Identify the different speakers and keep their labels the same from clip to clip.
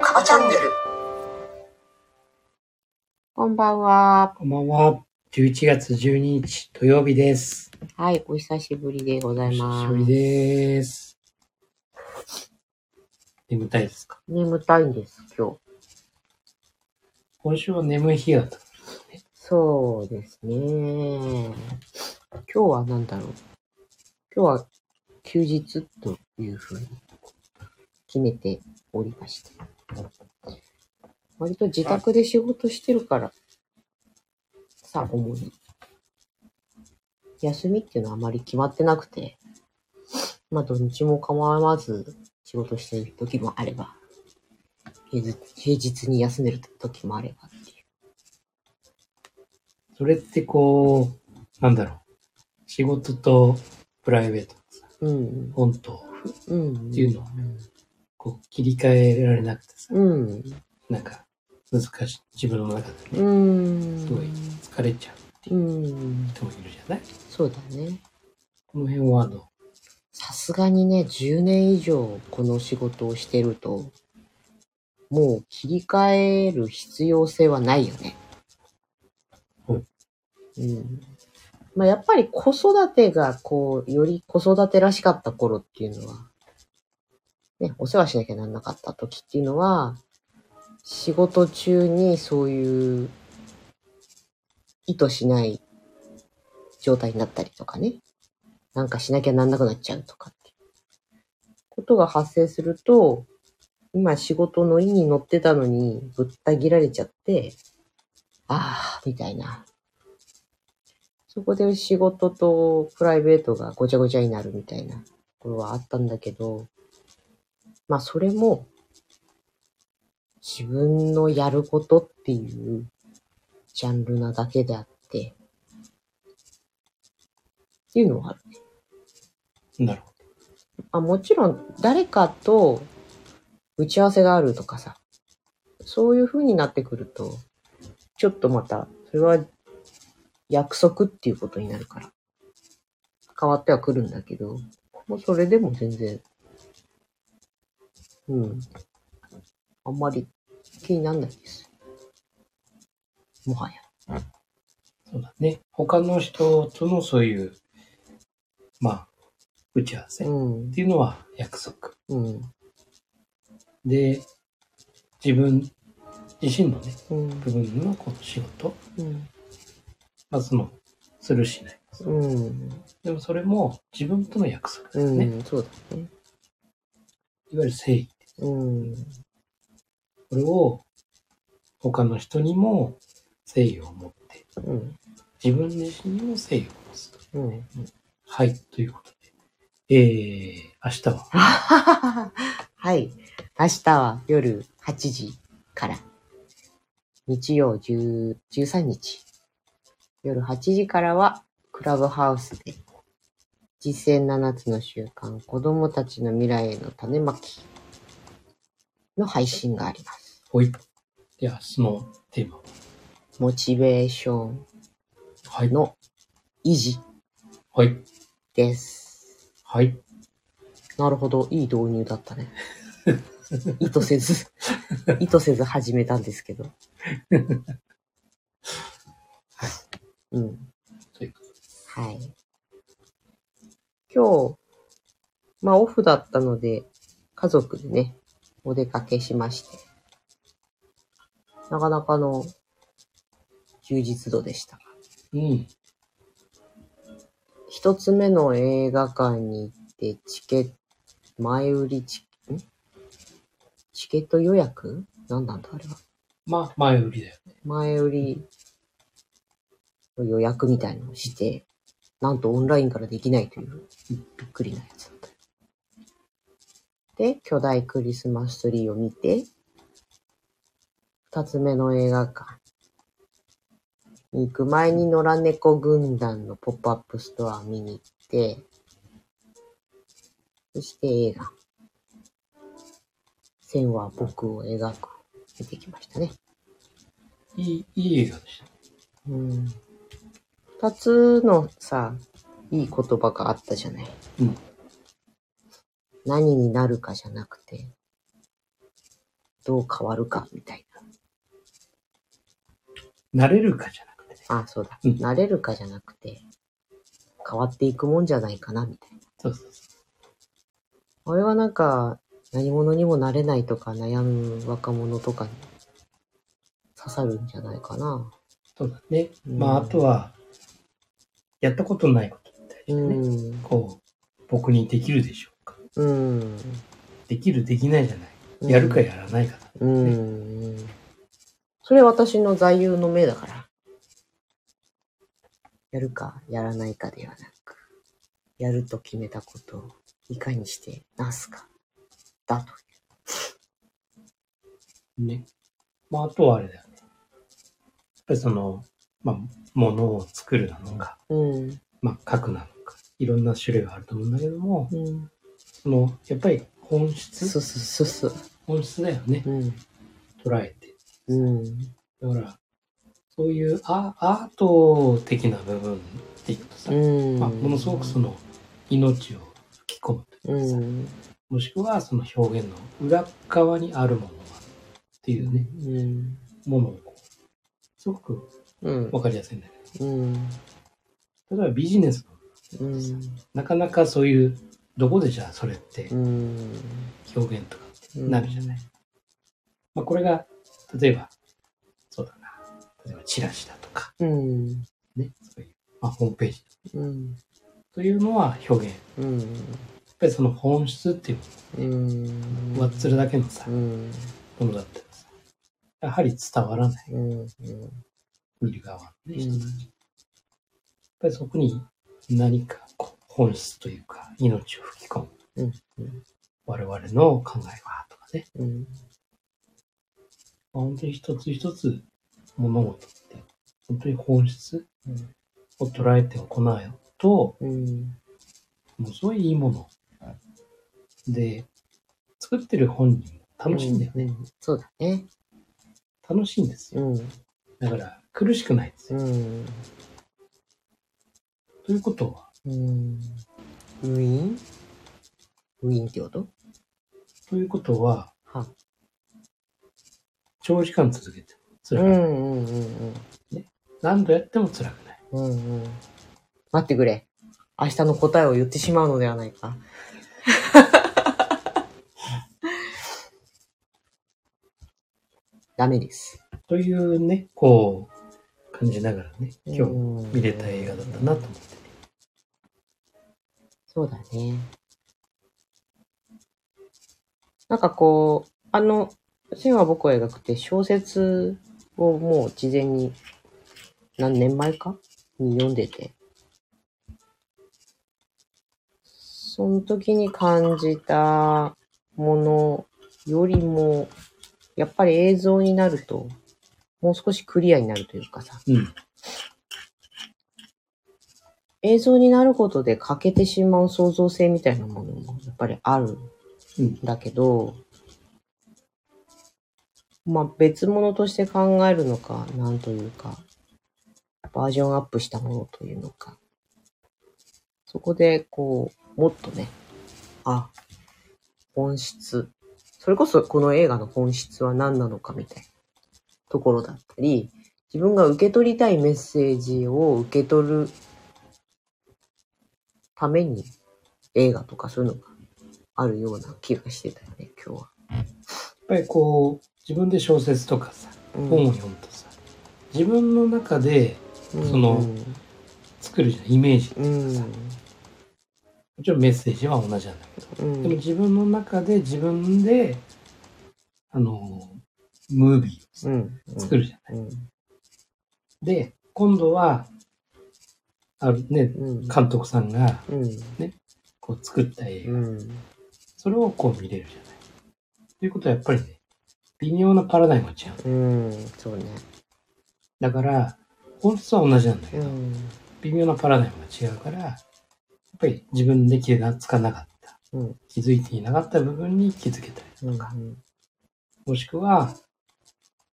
Speaker 1: カバチャンネル。
Speaker 2: こんばんは。
Speaker 3: こんばんは。11月12日土曜日です。
Speaker 2: はい、お久しぶりでござ
Speaker 3: お
Speaker 2: います。
Speaker 3: 久しぶりです。眠たいですか
Speaker 2: 眠たいんです、今日。
Speaker 3: 今週は眠い日だった。
Speaker 2: そうですね。今日は何だろう。今日は休日というふうに決めておりまして。割と自宅で仕事してるから、さ、主に。休みっていうのはあまり決まってなくて、まあ土日も構わず仕事してる時もあれば、平日平日に休める時もあればっていう。
Speaker 3: それってこう、なんだろう。仕事とプライベート、
Speaker 2: うん。
Speaker 3: オンとオフっ
Speaker 2: うん。
Speaker 3: ていうのは、こう切り替えられなくてさ、
Speaker 2: うん。
Speaker 3: なんか難しい。自分の中でね、
Speaker 2: うん。
Speaker 3: すごい疲れちゃう
Speaker 2: うん。
Speaker 3: 人もいるじゃない
Speaker 2: そうだね。
Speaker 3: この辺はどう
Speaker 2: さすがにね、10年以上この仕事をしてると、もう切り替える必要性はないよね。
Speaker 3: うん
Speaker 2: うん。まあやっぱり子育てがこう、より子育てらしかった頃っていうのは、ね、お世話しなきゃなんなかった時っていうのは、仕事中にそういう意図しない状態になったりとかね。なんかしなきゃなんなくなっちゃうとかってことが発生すると、今仕事の意に乗ってたのにぶった切られちゃって、ああ、みたいな。そこで仕事とプライベートがごちゃごちゃになるみたいなところはあったんだけど、まあそれも自分のやることっていうジャンルなだけであって、っていうのはある。
Speaker 3: なるほ
Speaker 2: あ、もちろん誰かと打ち合わせがあるとかさ、そういう風になってくると、ちょっとまた、それは約束っていうことになるから、変わってはくるんだけど、もうそれでも全然、うん。あんまり気になんないです。もはや。
Speaker 3: ど。そうだね。他の人とのそういう、まあ、打ち合わせ
Speaker 2: う
Speaker 3: っ
Speaker 2: ん。
Speaker 3: ていうのは約束。
Speaker 2: うん。
Speaker 3: で、自分自身のね、
Speaker 2: うん。
Speaker 3: 部分のこの仕事、
Speaker 2: うん。
Speaker 3: まあその、するしない。
Speaker 2: うん。
Speaker 3: でもそれも自分との約束だ
Speaker 2: う
Speaker 3: よね。
Speaker 2: ん。そうだね。
Speaker 3: いわゆる誠意。
Speaker 2: うん。
Speaker 3: これを他の人にも誠意を持って、
Speaker 2: うん。
Speaker 3: 自分自身にも誠意を持つと。
Speaker 2: うん。
Speaker 3: はい、ということで。えー、明日は、
Speaker 2: はい。明日は夜8時から。日曜10 13日。夜8時からは、クラブハウスで、実践7つの習慣、子供たちの未来への種まきの配信があります。
Speaker 3: ほい。で、明日のテーマは、
Speaker 2: モチベーション
Speaker 3: はい、
Speaker 2: の維持
Speaker 3: はい、
Speaker 2: です。
Speaker 3: はい。
Speaker 2: なるほど、いい導入だったね。意図せず、意図せず始めたんですけど。うん。
Speaker 3: ということで
Speaker 2: はい。今日、まあオフだったので、家族でね、お出かけしまして、なかなかの充実度でした。
Speaker 3: うん、
Speaker 2: 一つ目の映画館に行って、チケット、前売りチケ、んチケット予約なんなんだあれは。
Speaker 3: まあ、前売りだよね。
Speaker 2: 前売りの予約みたいのをして、なんとオンラインからできないという、びっくりなやつだった。で、巨大クリスマスツリーを見て、二つ目の映画館に行く前に野良猫軍団のポップアップストアを見に行って、そして映画、線は僕を描く、見てきましたね。
Speaker 3: いい、いい映画でした。
Speaker 2: うん。二つのさ、いい言葉があったじゃない。
Speaker 3: うん
Speaker 2: 何になるかじゃなくて、どう変わるかみたい
Speaker 3: 慣れるかじゃなくてね。
Speaker 2: な。あ、そうだ。
Speaker 3: うん
Speaker 2: なれるかじゃなくて、変わっていくもんじゃないかな、みたいな。
Speaker 3: そうそうそ
Speaker 2: 俺はなんか、何者にもなれないとか悩む若者とかに刺さるんじゃないかな。
Speaker 3: う。そうだね。
Speaker 2: うん
Speaker 3: まあ、あとは、やったことないことみたいなね。
Speaker 2: うん。
Speaker 3: こう、僕にできるでしょうか。
Speaker 2: うん。
Speaker 3: できる、できないじゃない。やるかやらないかだ。
Speaker 2: うん。それ私の座右の銘だから。やるか、やらないかではなく、やると決めたことをいかにしてなすか、だと。
Speaker 3: ね。まあ、あとはあれだよね。やっぱりその、まあ、ものを作るなのか、
Speaker 2: うん。
Speaker 3: まあ、書くなのか、いろんな種類があると思うんだけども、
Speaker 2: うん。
Speaker 3: その、やっぱり本
Speaker 2: そう
Speaker 3: 質
Speaker 2: そうそうそう。
Speaker 3: 本質だよね。
Speaker 2: うん。
Speaker 3: 捉えて。
Speaker 2: うん。
Speaker 3: だから、そういうアアート的な部分っていうとさ、
Speaker 2: うん。
Speaker 3: まあ、ものすごくその、命を吹き込むと
Speaker 2: う
Speaker 3: いうかさ、
Speaker 2: ん。
Speaker 3: もしくはその表現の裏側にあるものがっていうね、
Speaker 2: うん。
Speaker 3: ものをこう、すごく
Speaker 2: うん。
Speaker 3: わかりやすいんだけ
Speaker 2: うん。
Speaker 3: ど、例えばビジネスの
Speaker 2: うん。
Speaker 3: なかなかそういう、どこでじゃあそれって
Speaker 2: うん。
Speaker 3: 表現とかってなるじゃない。まあこれが、例えば、そうだな。例えばチラシだとか、
Speaker 2: うん。
Speaker 3: ね、そういう、まあホームページ
Speaker 2: うん。
Speaker 3: というのは表現。
Speaker 2: う
Speaker 3: や
Speaker 2: ん。
Speaker 3: っぱりその本質っていう
Speaker 2: うん。
Speaker 3: のは、つるだけのさ
Speaker 2: う、ん。
Speaker 3: ものだったらさ、やはり伝わらない。
Speaker 2: うん。
Speaker 3: 見る側のね、
Speaker 2: う
Speaker 3: 人
Speaker 2: ん
Speaker 3: たち。やっぱりそこに何かこう本質というか、命を吹き込む。
Speaker 2: うん
Speaker 3: 我々の考えは、とかね。
Speaker 2: うん。
Speaker 3: まあ本当に一つ一つ物事って、本当に本質
Speaker 2: うん
Speaker 3: を捉えて行うと、
Speaker 2: うん。
Speaker 3: もうすごいいいもの。で、作ってる本人も楽しいんだよね。
Speaker 2: ね。そうだね。
Speaker 3: 楽しいんですよ。
Speaker 2: うん。
Speaker 3: だから、苦しくないんですよ。
Speaker 2: うん。
Speaker 3: ということは、
Speaker 2: うん。ウィンウィンってこと
Speaker 3: ということは、
Speaker 2: は。
Speaker 3: 長時間続けても
Speaker 2: う
Speaker 3: 辛
Speaker 2: ん
Speaker 3: く
Speaker 2: う
Speaker 3: ない。
Speaker 2: んうん
Speaker 3: 何度やっても辛くない。
Speaker 2: うん。うんうん。待ってくれ。明日の答えを言ってしまうのではないか。ダメです。
Speaker 3: というね、こう、感じながらね、今日
Speaker 2: 日
Speaker 3: 見れた映画だったなと思って、ね。
Speaker 2: そうだね。なんかこう、あの、神話僕を描くって小説をもう事前に何年前かに読んでて、その時に感じたものよりも、やっぱり映像になると、もう少しクリアになるというかさ、
Speaker 3: うん。
Speaker 2: 映像になることで欠けてしまう創造性みたいなものもやっぱりあるん
Speaker 3: うん
Speaker 2: だけど、まあ別物として考えるのか、なんというか、バージョンアップしたものというのか、そこでこう、もっとね、あ、本質、それこそこの映画の本質は何なのかみたいなところだったり、自分が受け取りたいメッセージを受け取るために映画とかそういうのがあるような気がしてたよね、今日は。
Speaker 3: やっぱりこう、自分で小説とかさ、本を読むとさ、自分の中で
Speaker 2: うん
Speaker 3: その作るじゃん、イメージ。
Speaker 2: うん、
Speaker 3: もちろんメッセージは同じなんだけど、
Speaker 2: うん、
Speaker 3: でも自分の中で自分で、あの、ムービーをさ
Speaker 2: うん、
Speaker 3: 作
Speaker 2: る。
Speaker 3: るじゃん。
Speaker 2: うん、
Speaker 3: で、今度は、あるね、
Speaker 2: うん、
Speaker 3: 監督さんが
Speaker 2: うん、
Speaker 3: こう作った映画、
Speaker 2: うん、
Speaker 3: それをこう見れるじゃない。ということはやっぱりね、微妙なパラダイムが違う。
Speaker 2: うん、そうね。
Speaker 3: だから、本質は同じなんだけ
Speaker 2: う
Speaker 3: ど、
Speaker 2: ん、
Speaker 3: 微妙なパラダイムが違うから、やっぱり自分で気がつかなかった、
Speaker 2: うん
Speaker 3: 気づいていなかった部分に気づけたり
Speaker 2: うん、
Speaker 3: とか、もしくは、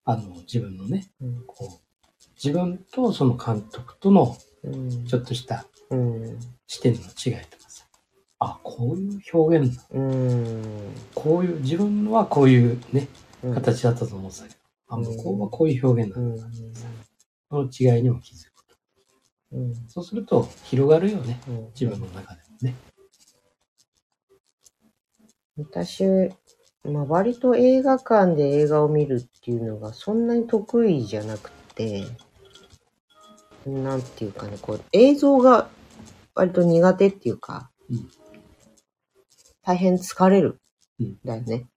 Speaker 3: あの、自分のね、
Speaker 2: うん
Speaker 3: こう、自分とその監督との
Speaker 2: うん
Speaker 3: ちょっとした
Speaker 2: うん
Speaker 3: 視点の違いとかさ、あ、こういう表現だ。
Speaker 2: うん
Speaker 3: こういう、自分はこういうね、
Speaker 2: うん
Speaker 3: 形だったと思ってたけど、あ、
Speaker 2: うん
Speaker 3: 向こうはこういう表現
Speaker 2: う
Speaker 3: だ。
Speaker 2: ん
Speaker 3: その違いにも気づくと。
Speaker 2: うん
Speaker 3: そうすると、広がるよね。
Speaker 2: うん
Speaker 3: 自分の中でもね。
Speaker 2: 私、まあ、割と映画館で映画を見るっていうのがそんなに得意じゃなくて、なんていうかね、こう映像が割と苦手っていうか、
Speaker 3: うん
Speaker 2: 大変疲れる
Speaker 3: うん
Speaker 2: だよね。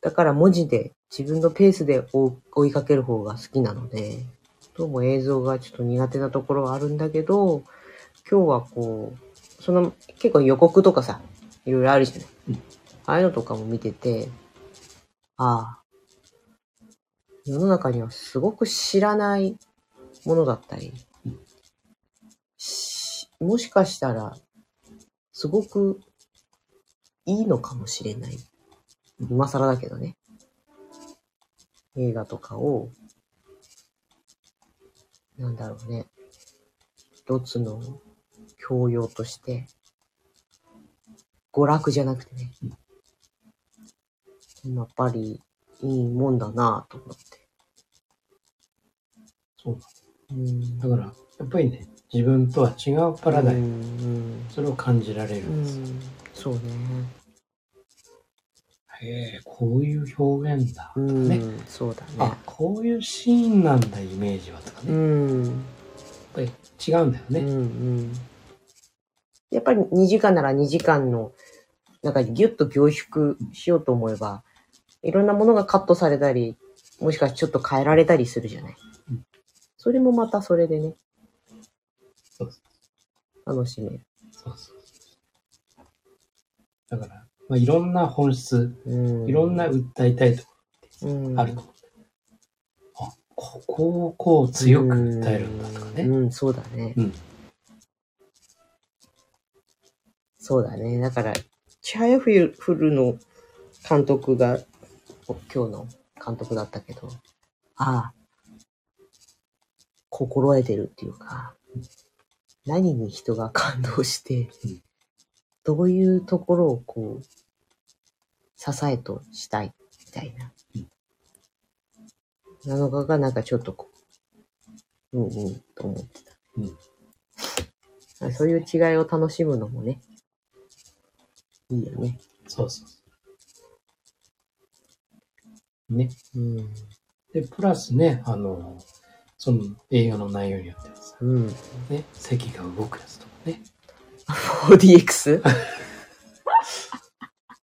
Speaker 2: だから文字で自分のペースで追う追いかける方が好きなので、どうも映像がちょっと苦手なところはあるんだけど、今日はこう、その結構予告とかさ、いろいろあるじゃない。
Speaker 3: うん
Speaker 2: ああいうのとかも見てて、ああ、世の中にはすごく知らないものだったり、
Speaker 3: うん
Speaker 2: しもしかしたら、すごくいいのかもしれない。今更だけどね。映画とかを、なんだろうね。一つの教養として、娯楽じゃなくてね。やっぱりいいもんだなぁと思って。
Speaker 3: そう
Speaker 2: うん
Speaker 3: だ。から、やっぱりね、自分とは違うパラダイ
Speaker 2: う
Speaker 3: ム。
Speaker 2: ん。
Speaker 3: それを感じられる
Speaker 2: うん
Speaker 3: ですよ。
Speaker 2: ん。そうね。
Speaker 3: へえ、こういう表現だ。
Speaker 2: う
Speaker 3: とかね。
Speaker 2: ん。そうだね
Speaker 3: あ。、こういうシーンなんだ、イメージは。とか
Speaker 2: う
Speaker 3: ね。やっ
Speaker 2: ん。
Speaker 3: ぱり違うんだよ
Speaker 2: うん
Speaker 3: ね。
Speaker 2: うん。やっぱり2時間なら2時間の中にギュッと凝縮しようと思えば、いろんなものがカットされたり、もしかしてちょっと変えられたりするじゃない
Speaker 3: うん。
Speaker 2: それもまたそれでね、
Speaker 3: そうそう
Speaker 2: 楽しめる。
Speaker 3: そうそう。だから、まあ、いろんな本質、
Speaker 2: うん。
Speaker 3: いろんな訴えたいとこ
Speaker 2: うん、
Speaker 3: ろあると思う。あ、ここをこう強く訴えるんだとか
Speaker 2: う
Speaker 3: ね。
Speaker 2: ん、うんそうだね。
Speaker 3: うん。
Speaker 2: そうだね。だから、チハヤフルの監督が、お今日の監督だったけど、ああ、心得てるっていうか、何に人が感動して
Speaker 3: うん、
Speaker 2: どういうところをこう、支えとしたい、みたいな
Speaker 3: うん。
Speaker 2: なのかが、なんかちょっとこう、うんうん、と思ってた。
Speaker 3: うん
Speaker 2: あそういう違いを楽しむのもね、いいよね。
Speaker 3: そうそう。ね。
Speaker 2: うん。
Speaker 3: で、プラスね、あの、その映画の内容によってはさ、
Speaker 2: うん。
Speaker 3: ね、席が動くやつとかね、
Speaker 2: 4DX?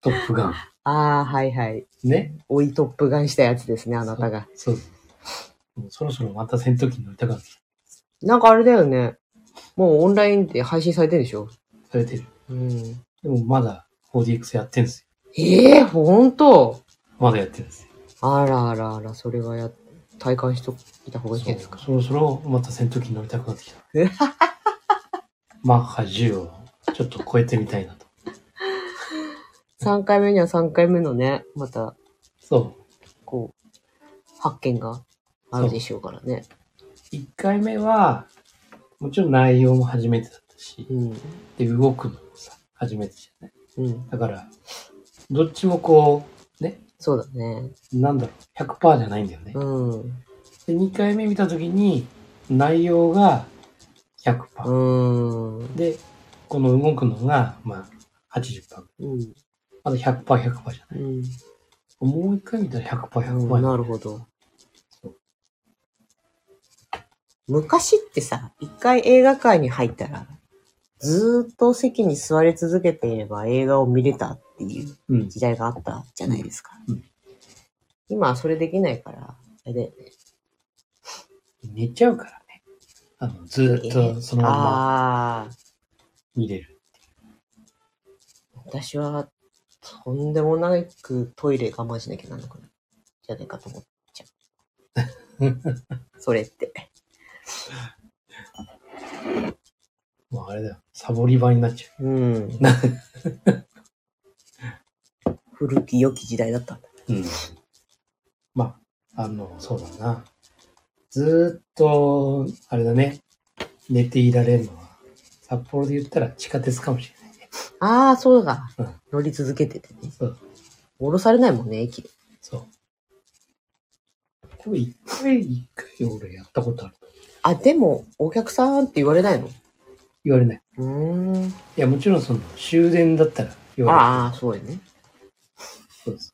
Speaker 3: トップガン、
Speaker 2: ああ、はいはい。
Speaker 3: ね。
Speaker 2: 追いトップガンしたやつですね、あなたが。
Speaker 3: そうそう。もうそろそろまた戦闘機に乗りたくなってきた
Speaker 2: なんかあれだよね。もうオンラインで配信されてるでしょ
Speaker 3: されてる。
Speaker 2: うん。
Speaker 3: でもまだ 4DX やってんですよ。
Speaker 2: ええほんと
Speaker 3: まだやってるんですよ。
Speaker 2: あらあらあら、それはや、体感しといた方がいいんじゃないですか。
Speaker 3: そろそろまた戦闘機に乗りたくなってきた。 マッハ10をちょっと超えてみたいなと。
Speaker 2: 3回目には3回目のね、また、
Speaker 3: そう。
Speaker 2: こう、発見があるでしょうからね。
Speaker 3: 1回目は、もちろん内容も初めてだったし、
Speaker 2: うん。
Speaker 3: で、動くのもさ、初めてじゃない。
Speaker 2: うん。
Speaker 3: だから、どっちもこ
Speaker 2: そうだね。
Speaker 3: う、なんだろう、100%じゃないんだよね。
Speaker 2: うん。
Speaker 3: で、2回目見たときに、内容が100%。
Speaker 2: うん。うん。
Speaker 3: で、この動くのが、まあ、80%。
Speaker 2: うん。
Speaker 3: まだ100%、100%じゃない。
Speaker 2: うん。
Speaker 3: もう一回見たら100%、100%。
Speaker 2: なるほど
Speaker 3: そう。
Speaker 2: 昔ってさ、一回映画館に入ったら、ずーっと席に座り続けていれば映画を見れたっていう
Speaker 3: うん。
Speaker 2: 時代があったじゃないですか。
Speaker 3: うん
Speaker 2: 今はそれできないから、あれだよね。
Speaker 3: 寝ちゃうからね。あの、ずーっとそのまま
Speaker 2: ああー、
Speaker 3: 見れる。
Speaker 2: 私はとんでもなくトイレ我慢しなきゃなんなくなるじゃないかと思っちゃ う。それって。
Speaker 3: もうあれだよ。サボり場になっちゃ
Speaker 2: うん。 古き良き時代だったんだ。
Speaker 3: う。うん。まあ、あの、そうだな。ずーっと、あれだね。寝ていられるのは、札幌で言ったら地下鉄かもしれないね。
Speaker 2: ああ、そうだ
Speaker 3: うん。
Speaker 2: 乗り続けててね。
Speaker 3: そう。
Speaker 2: 降ろされないもんね、駅で。
Speaker 3: そう。これ一回、一回俺やったことある。
Speaker 2: あ、でも、お客さんって言われないの
Speaker 3: 言われない。
Speaker 2: うーん。
Speaker 3: いや、もちろんその終電だったら言われない。
Speaker 2: ああ、そうよね。
Speaker 3: そうです。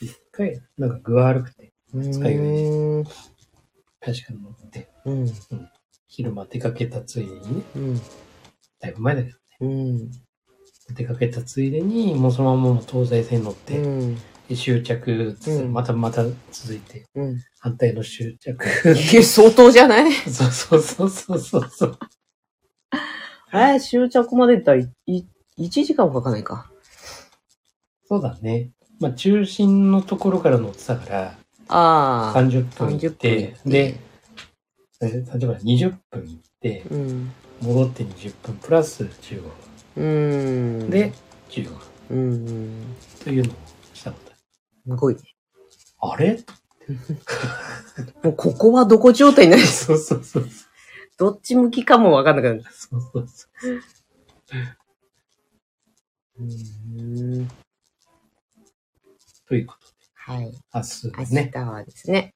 Speaker 3: 一回、なんか具合悪くて、
Speaker 2: う
Speaker 3: 使い
Speaker 2: ーん。
Speaker 3: 確かに乗って、
Speaker 2: うん。
Speaker 3: 昼間出かけたついでにね、
Speaker 2: うん。
Speaker 3: だいぶ前だけど、
Speaker 2: うん。
Speaker 3: 出かけたついでに、もうそのままもう東西線に乗って、
Speaker 2: うん。
Speaker 3: で終着つつ、
Speaker 2: うん
Speaker 3: またまた続いて、
Speaker 2: うん。
Speaker 3: 反対の終 着。
Speaker 2: いや、相当じゃない
Speaker 3: そうそうそうそうそうそう。
Speaker 2: え、終着まで行ったらい、い、1時間もかかないか。
Speaker 3: そうだね。まあ、中心のところから乗ってたから、
Speaker 2: ああ。
Speaker 3: 30分行っ
Speaker 2: 30
Speaker 3: て、
Speaker 2: 分。
Speaker 3: で、、え例えば20分行って、
Speaker 2: うん。
Speaker 3: 戻って20分、プラス15
Speaker 2: うー
Speaker 3: 分。
Speaker 2: ん。
Speaker 3: で、、15分。
Speaker 2: うんうん。
Speaker 3: というのをしたことある
Speaker 2: すごいね。
Speaker 3: あ れ
Speaker 2: もうここはどこ状態になる
Speaker 3: そうそうそう
Speaker 2: どっち向きかもわかんなくなる。
Speaker 3: そうそうそう
Speaker 2: うん。
Speaker 3: ということで
Speaker 2: はい。
Speaker 3: 明
Speaker 2: 明
Speaker 3: 日ね
Speaker 2: 日はですね。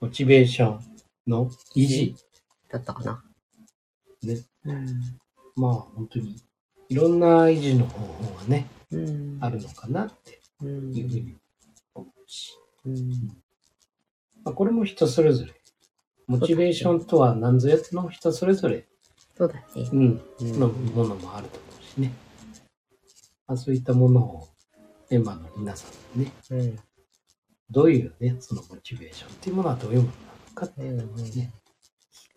Speaker 3: モチベーションの維持
Speaker 2: だったかな。
Speaker 3: ね
Speaker 2: うん。
Speaker 3: まあ本当にいろんな維持の方法がね
Speaker 2: うん。
Speaker 3: あるのかなって
Speaker 2: う。
Speaker 3: いうふうんに思うし、
Speaker 2: うん。
Speaker 3: まあ、これも人それぞれモチベーションとは何ぞやっての人それぞれ、
Speaker 2: そうだね。
Speaker 3: うん、
Speaker 2: うん
Speaker 3: のものもあると思うしね、まあ、そういったものをメンバーの皆さんにね
Speaker 2: うん。
Speaker 3: どういうねそのモチベーションっていうものはどういうものなのかって
Speaker 2: うんうん
Speaker 3: ね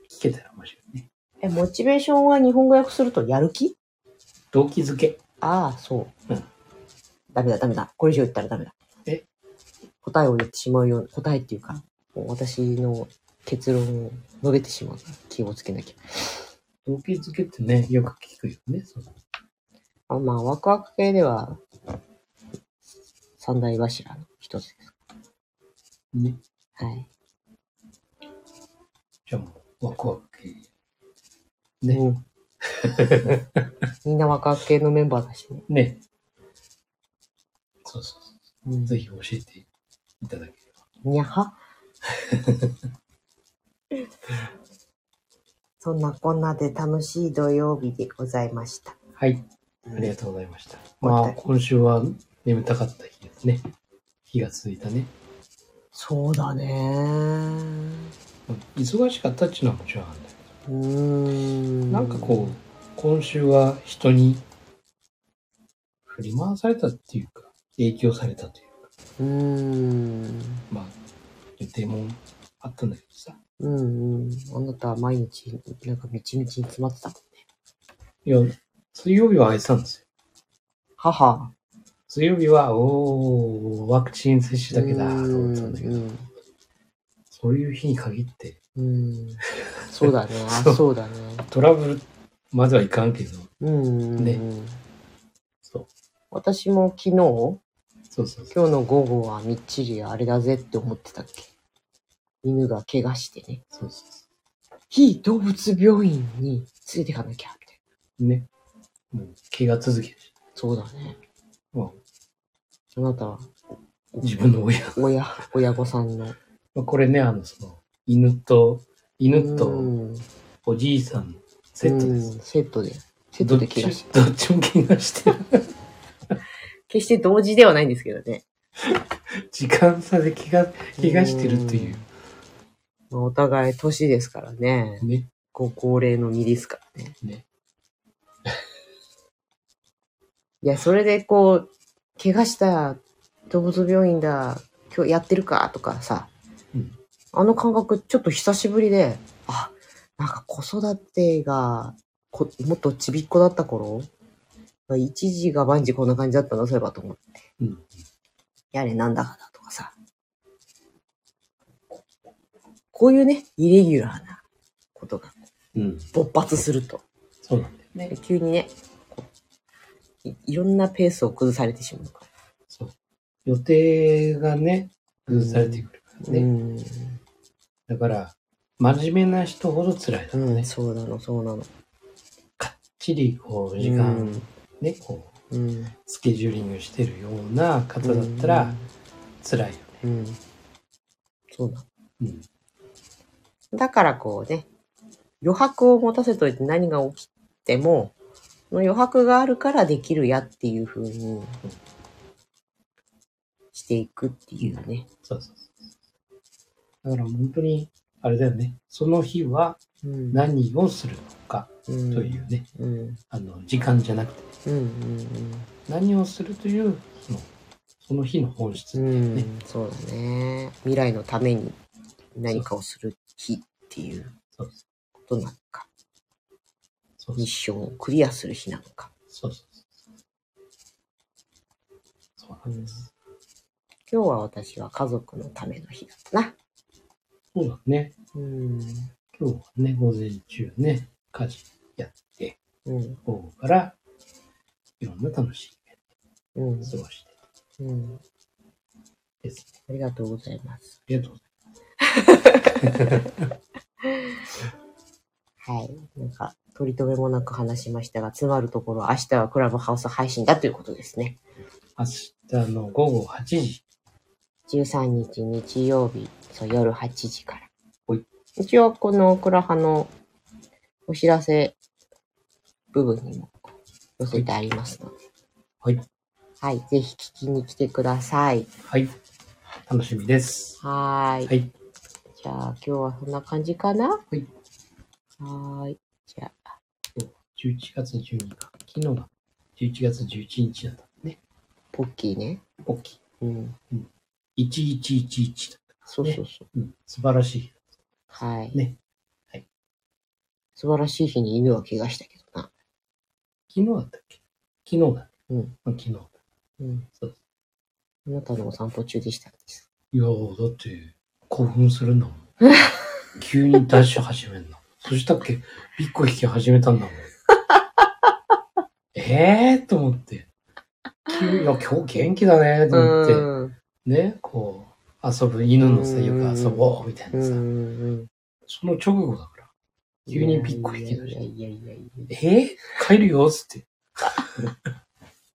Speaker 3: 聞けたら面白いね
Speaker 2: え、モチベーションは日本語訳するとやる気
Speaker 3: 動機づけ
Speaker 2: ああ、そう。
Speaker 3: うん
Speaker 2: ダメだ、ダメだ。これ以上言ったらダメだ。
Speaker 3: え
Speaker 2: 答えを言ってしまうような、答えっていうか、もう私の結論を述べてしまうから気をつけなきゃ。
Speaker 3: 動機づけってね、よく聞くよね。その
Speaker 2: あまあ、ワクワク系では、三大柱の一つです。
Speaker 3: ね。
Speaker 2: はい。
Speaker 3: じゃあもう、ワクワク系。ね。
Speaker 2: うん、みんなワクワク系のメンバーだしね。
Speaker 3: ね。そうそうう。
Speaker 2: ん
Speaker 3: ぜひ教えていただければ。
Speaker 2: にゃ はそんなこんなで楽しい土曜日でございました。
Speaker 3: はい。ありがとうございました。
Speaker 2: うん
Speaker 3: まあ、今週は眠たかった日ですね。日が続いたね。
Speaker 2: そうだねー。
Speaker 3: 忙しかったっていうのはもちろんあるんだけ
Speaker 2: うーん。
Speaker 3: ど、なんかこう、今週は人に振り回されたっていうか、影響されたというか、
Speaker 2: う。うーん。
Speaker 3: まあ、予定もあったんだけどさ。
Speaker 2: うんうん。あなたは毎日、なんかみちみちに詰まってたもんね。
Speaker 3: いや、水曜日は空いてたんですよ。
Speaker 2: 母。
Speaker 3: 水曜日は、おー、ワクチン接種だけだ、と思ってたんだけ
Speaker 2: う
Speaker 3: ど、
Speaker 2: ん
Speaker 3: そういう日に限って、
Speaker 2: うん。そうだね。あ
Speaker 3: そう
Speaker 2: そうだね。
Speaker 3: トラブル、まずはいかんけど、
Speaker 2: うんうんうん。
Speaker 3: ねそう、
Speaker 2: 私も昨日、
Speaker 3: そうそうそう、
Speaker 2: 今日の午後はみっちりあれだぜって思ってたっけ犬が怪我してね。
Speaker 3: そうそうそ
Speaker 2: 非動物病院に連れてかなきゃみたいう
Speaker 3: ね。もう、怪我続けるし、
Speaker 2: な。そうだね。
Speaker 3: ま
Speaker 2: あなたは
Speaker 3: あ、自分の親。
Speaker 2: 親、親御さんの。
Speaker 3: まあ、これね、あの、その、犬と、犬と
Speaker 2: うん
Speaker 3: おじいさん、セットです。
Speaker 2: うんセットで。セッ
Speaker 3: ど
Speaker 2: ト
Speaker 3: っ
Speaker 2: で
Speaker 3: ち
Speaker 2: 怪我し
Speaker 3: どっちも怪我してる。
Speaker 2: 決して同時ではないんですけどね。
Speaker 3: 時間差で怪我、怪我してるとい
Speaker 2: まあ、お互い年ですからね
Speaker 3: う。。ね。
Speaker 2: ご高齢の身ですからね。
Speaker 3: ね。
Speaker 2: いや、それでこう、怪我した動物病院だ、今日やってるかとかさ、
Speaker 3: うん
Speaker 2: あの感覚ちょっと久しぶりで、あ、なんか子育てがこ、もっとちびっこだった頃、一時が万事こんな感じだったな、そういえばと思って。
Speaker 3: うん。
Speaker 2: やれなんだかなとかさ。こういうね、イレギュラーなことが
Speaker 3: うん。
Speaker 2: 勃発すると、
Speaker 3: そうなんだよね。
Speaker 2: 急にね、こういいろんなペースを崩されてしまうから。
Speaker 3: そう。予定がね、崩されてくるから。らね。
Speaker 2: うん
Speaker 3: だから、真面目な人ほど辛いだろう
Speaker 2: う
Speaker 3: ね。
Speaker 2: ん、そうなの、そうなの。
Speaker 3: かっちり、こう、時間、ね、こう、
Speaker 2: うん、うん。
Speaker 3: スケジューリングしてるような方だったら、辛いよね。
Speaker 2: うん、うん。そうなの。
Speaker 3: うん。
Speaker 2: だからこうね、余白を持たせといて何が起きても、その余白があるからできるやっていう風にしていくっていうね。
Speaker 3: そうそうそう。だから本当に、あれだよね。その日は
Speaker 2: うん
Speaker 3: 何をするのか
Speaker 2: と
Speaker 3: と
Speaker 2: い
Speaker 3: いうね、
Speaker 2: うん。うん。
Speaker 3: あの、時間じゃなくて、
Speaker 2: うん。
Speaker 3: 何をするという、その、その日の本質
Speaker 2: う。ん。うん。そうだね。未来のために何かをする日っていう
Speaker 3: そうそ
Speaker 2: ことなのか。
Speaker 3: うそう
Speaker 2: ミッ。ションをクリアする日なのか。
Speaker 3: そうそうそう。そうなんです。
Speaker 2: 今日は私は家族のための日だったな。
Speaker 3: そうだね。
Speaker 2: うん。
Speaker 3: 今日はね、午前中ね、家事やって、
Speaker 2: うん。
Speaker 3: 午後から、いろんな楽しいイ
Speaker 2: うん
Speaker 3: ベントを過ごして
Speaker 2: うん。
Speaker 3: ですね。
Speaker 2: ありがとうございます
Speaker 3: あ。りがとうござい
Speaker 2: はい。なんか、取り留めもなく話しましたが、詰まるところは明日はクラブハウス配信だということですね。
Speaker 3: ます。明日の午後8時、
Speaker 2: 13日日曜日、そう、夜8時から
Speaker 3: ほい。
Speaker 2: 一応、このクラハのお知らせ部分にも載せてありますので。
Speaker 3: はい。
Speaker 2: はい。ぜひ聞きに来てください。
Speaker 3: はい。楽しみです。
Speaker 2: はーい。
Speaker 3: はい。。
Speaker 2: じゃあ、今日はそんな感じかなはいはーい。じゃあ、
Speaker 3: 11月12日。昨日が11月11日だったね。
Speaker 2: ポッキーね。
Speaker 3: ポッキ
Speaker 2: うん。
Speaker 3: ー。1111だ。
Speaker 2: そうそうそう。
Speaker 3: うん。素晴らしい。
Speaker 2: はい。
Speaker 3: ねはい
Speaker 2: 素晴らしい日に犬は怪我したけどな。
Speaker 3: 昨日だったっけ昨日だ。
Speaker 2: うん。
Speaker 3: 昨日だ。
Speaker 2: うん。
Speaker 3: そうです
Speaker 2: あなたのお散歩中でした。
Speaker 3: いやー、だって、興奮す るんだもん。急にダッシュ始めんの。そしたっけ、ビッコ引き始め たんだもん。えーと思って。急に、いや、今日元気だね、と思って。
Speaker 2: ん。
Speaker 3: ね、こう、遊ぶ、犬のさ、よく遊ぼう、みたい
Speaker 2: うんう
Speaker 3: なさ。
Speaker 2: ん。
Speaker 3: その直後だから。急にビッコ引きだ
Speaker 2: い
Speaker 3: し
Speaker 2: や。いやいやい
Speaker 3: えー、帰るよ、つって。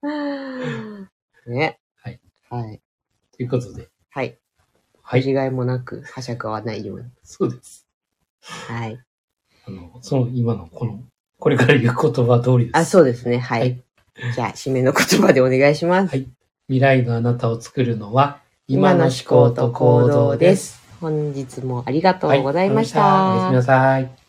Speaker 2: や。ね。
Speaker 3: はい。
Speaker 2: はい。
Speaker 3: ということで。
Speaker 2: はい。
Speaker 3: は
Speaker 2: 違
Speaker 3: い。
Speaker 2: いもなく、はしゃくはないように。
Speaker 3: そうです。
Speaker 2: はい。
Speaker 3: あの、その、今の、この、これから言う言葉通りです。
Speaker 2: あ、そうですね。はい。
Speaker 3: はい
Speaker 2: じゃあ、締めの言葉でお願いします。
Speaker 3: 未来のあなたを作るのは今の思考と行動です。
Speaker 2: 本日もありがとうございました。
Speaker 3: はいおやすみなさい。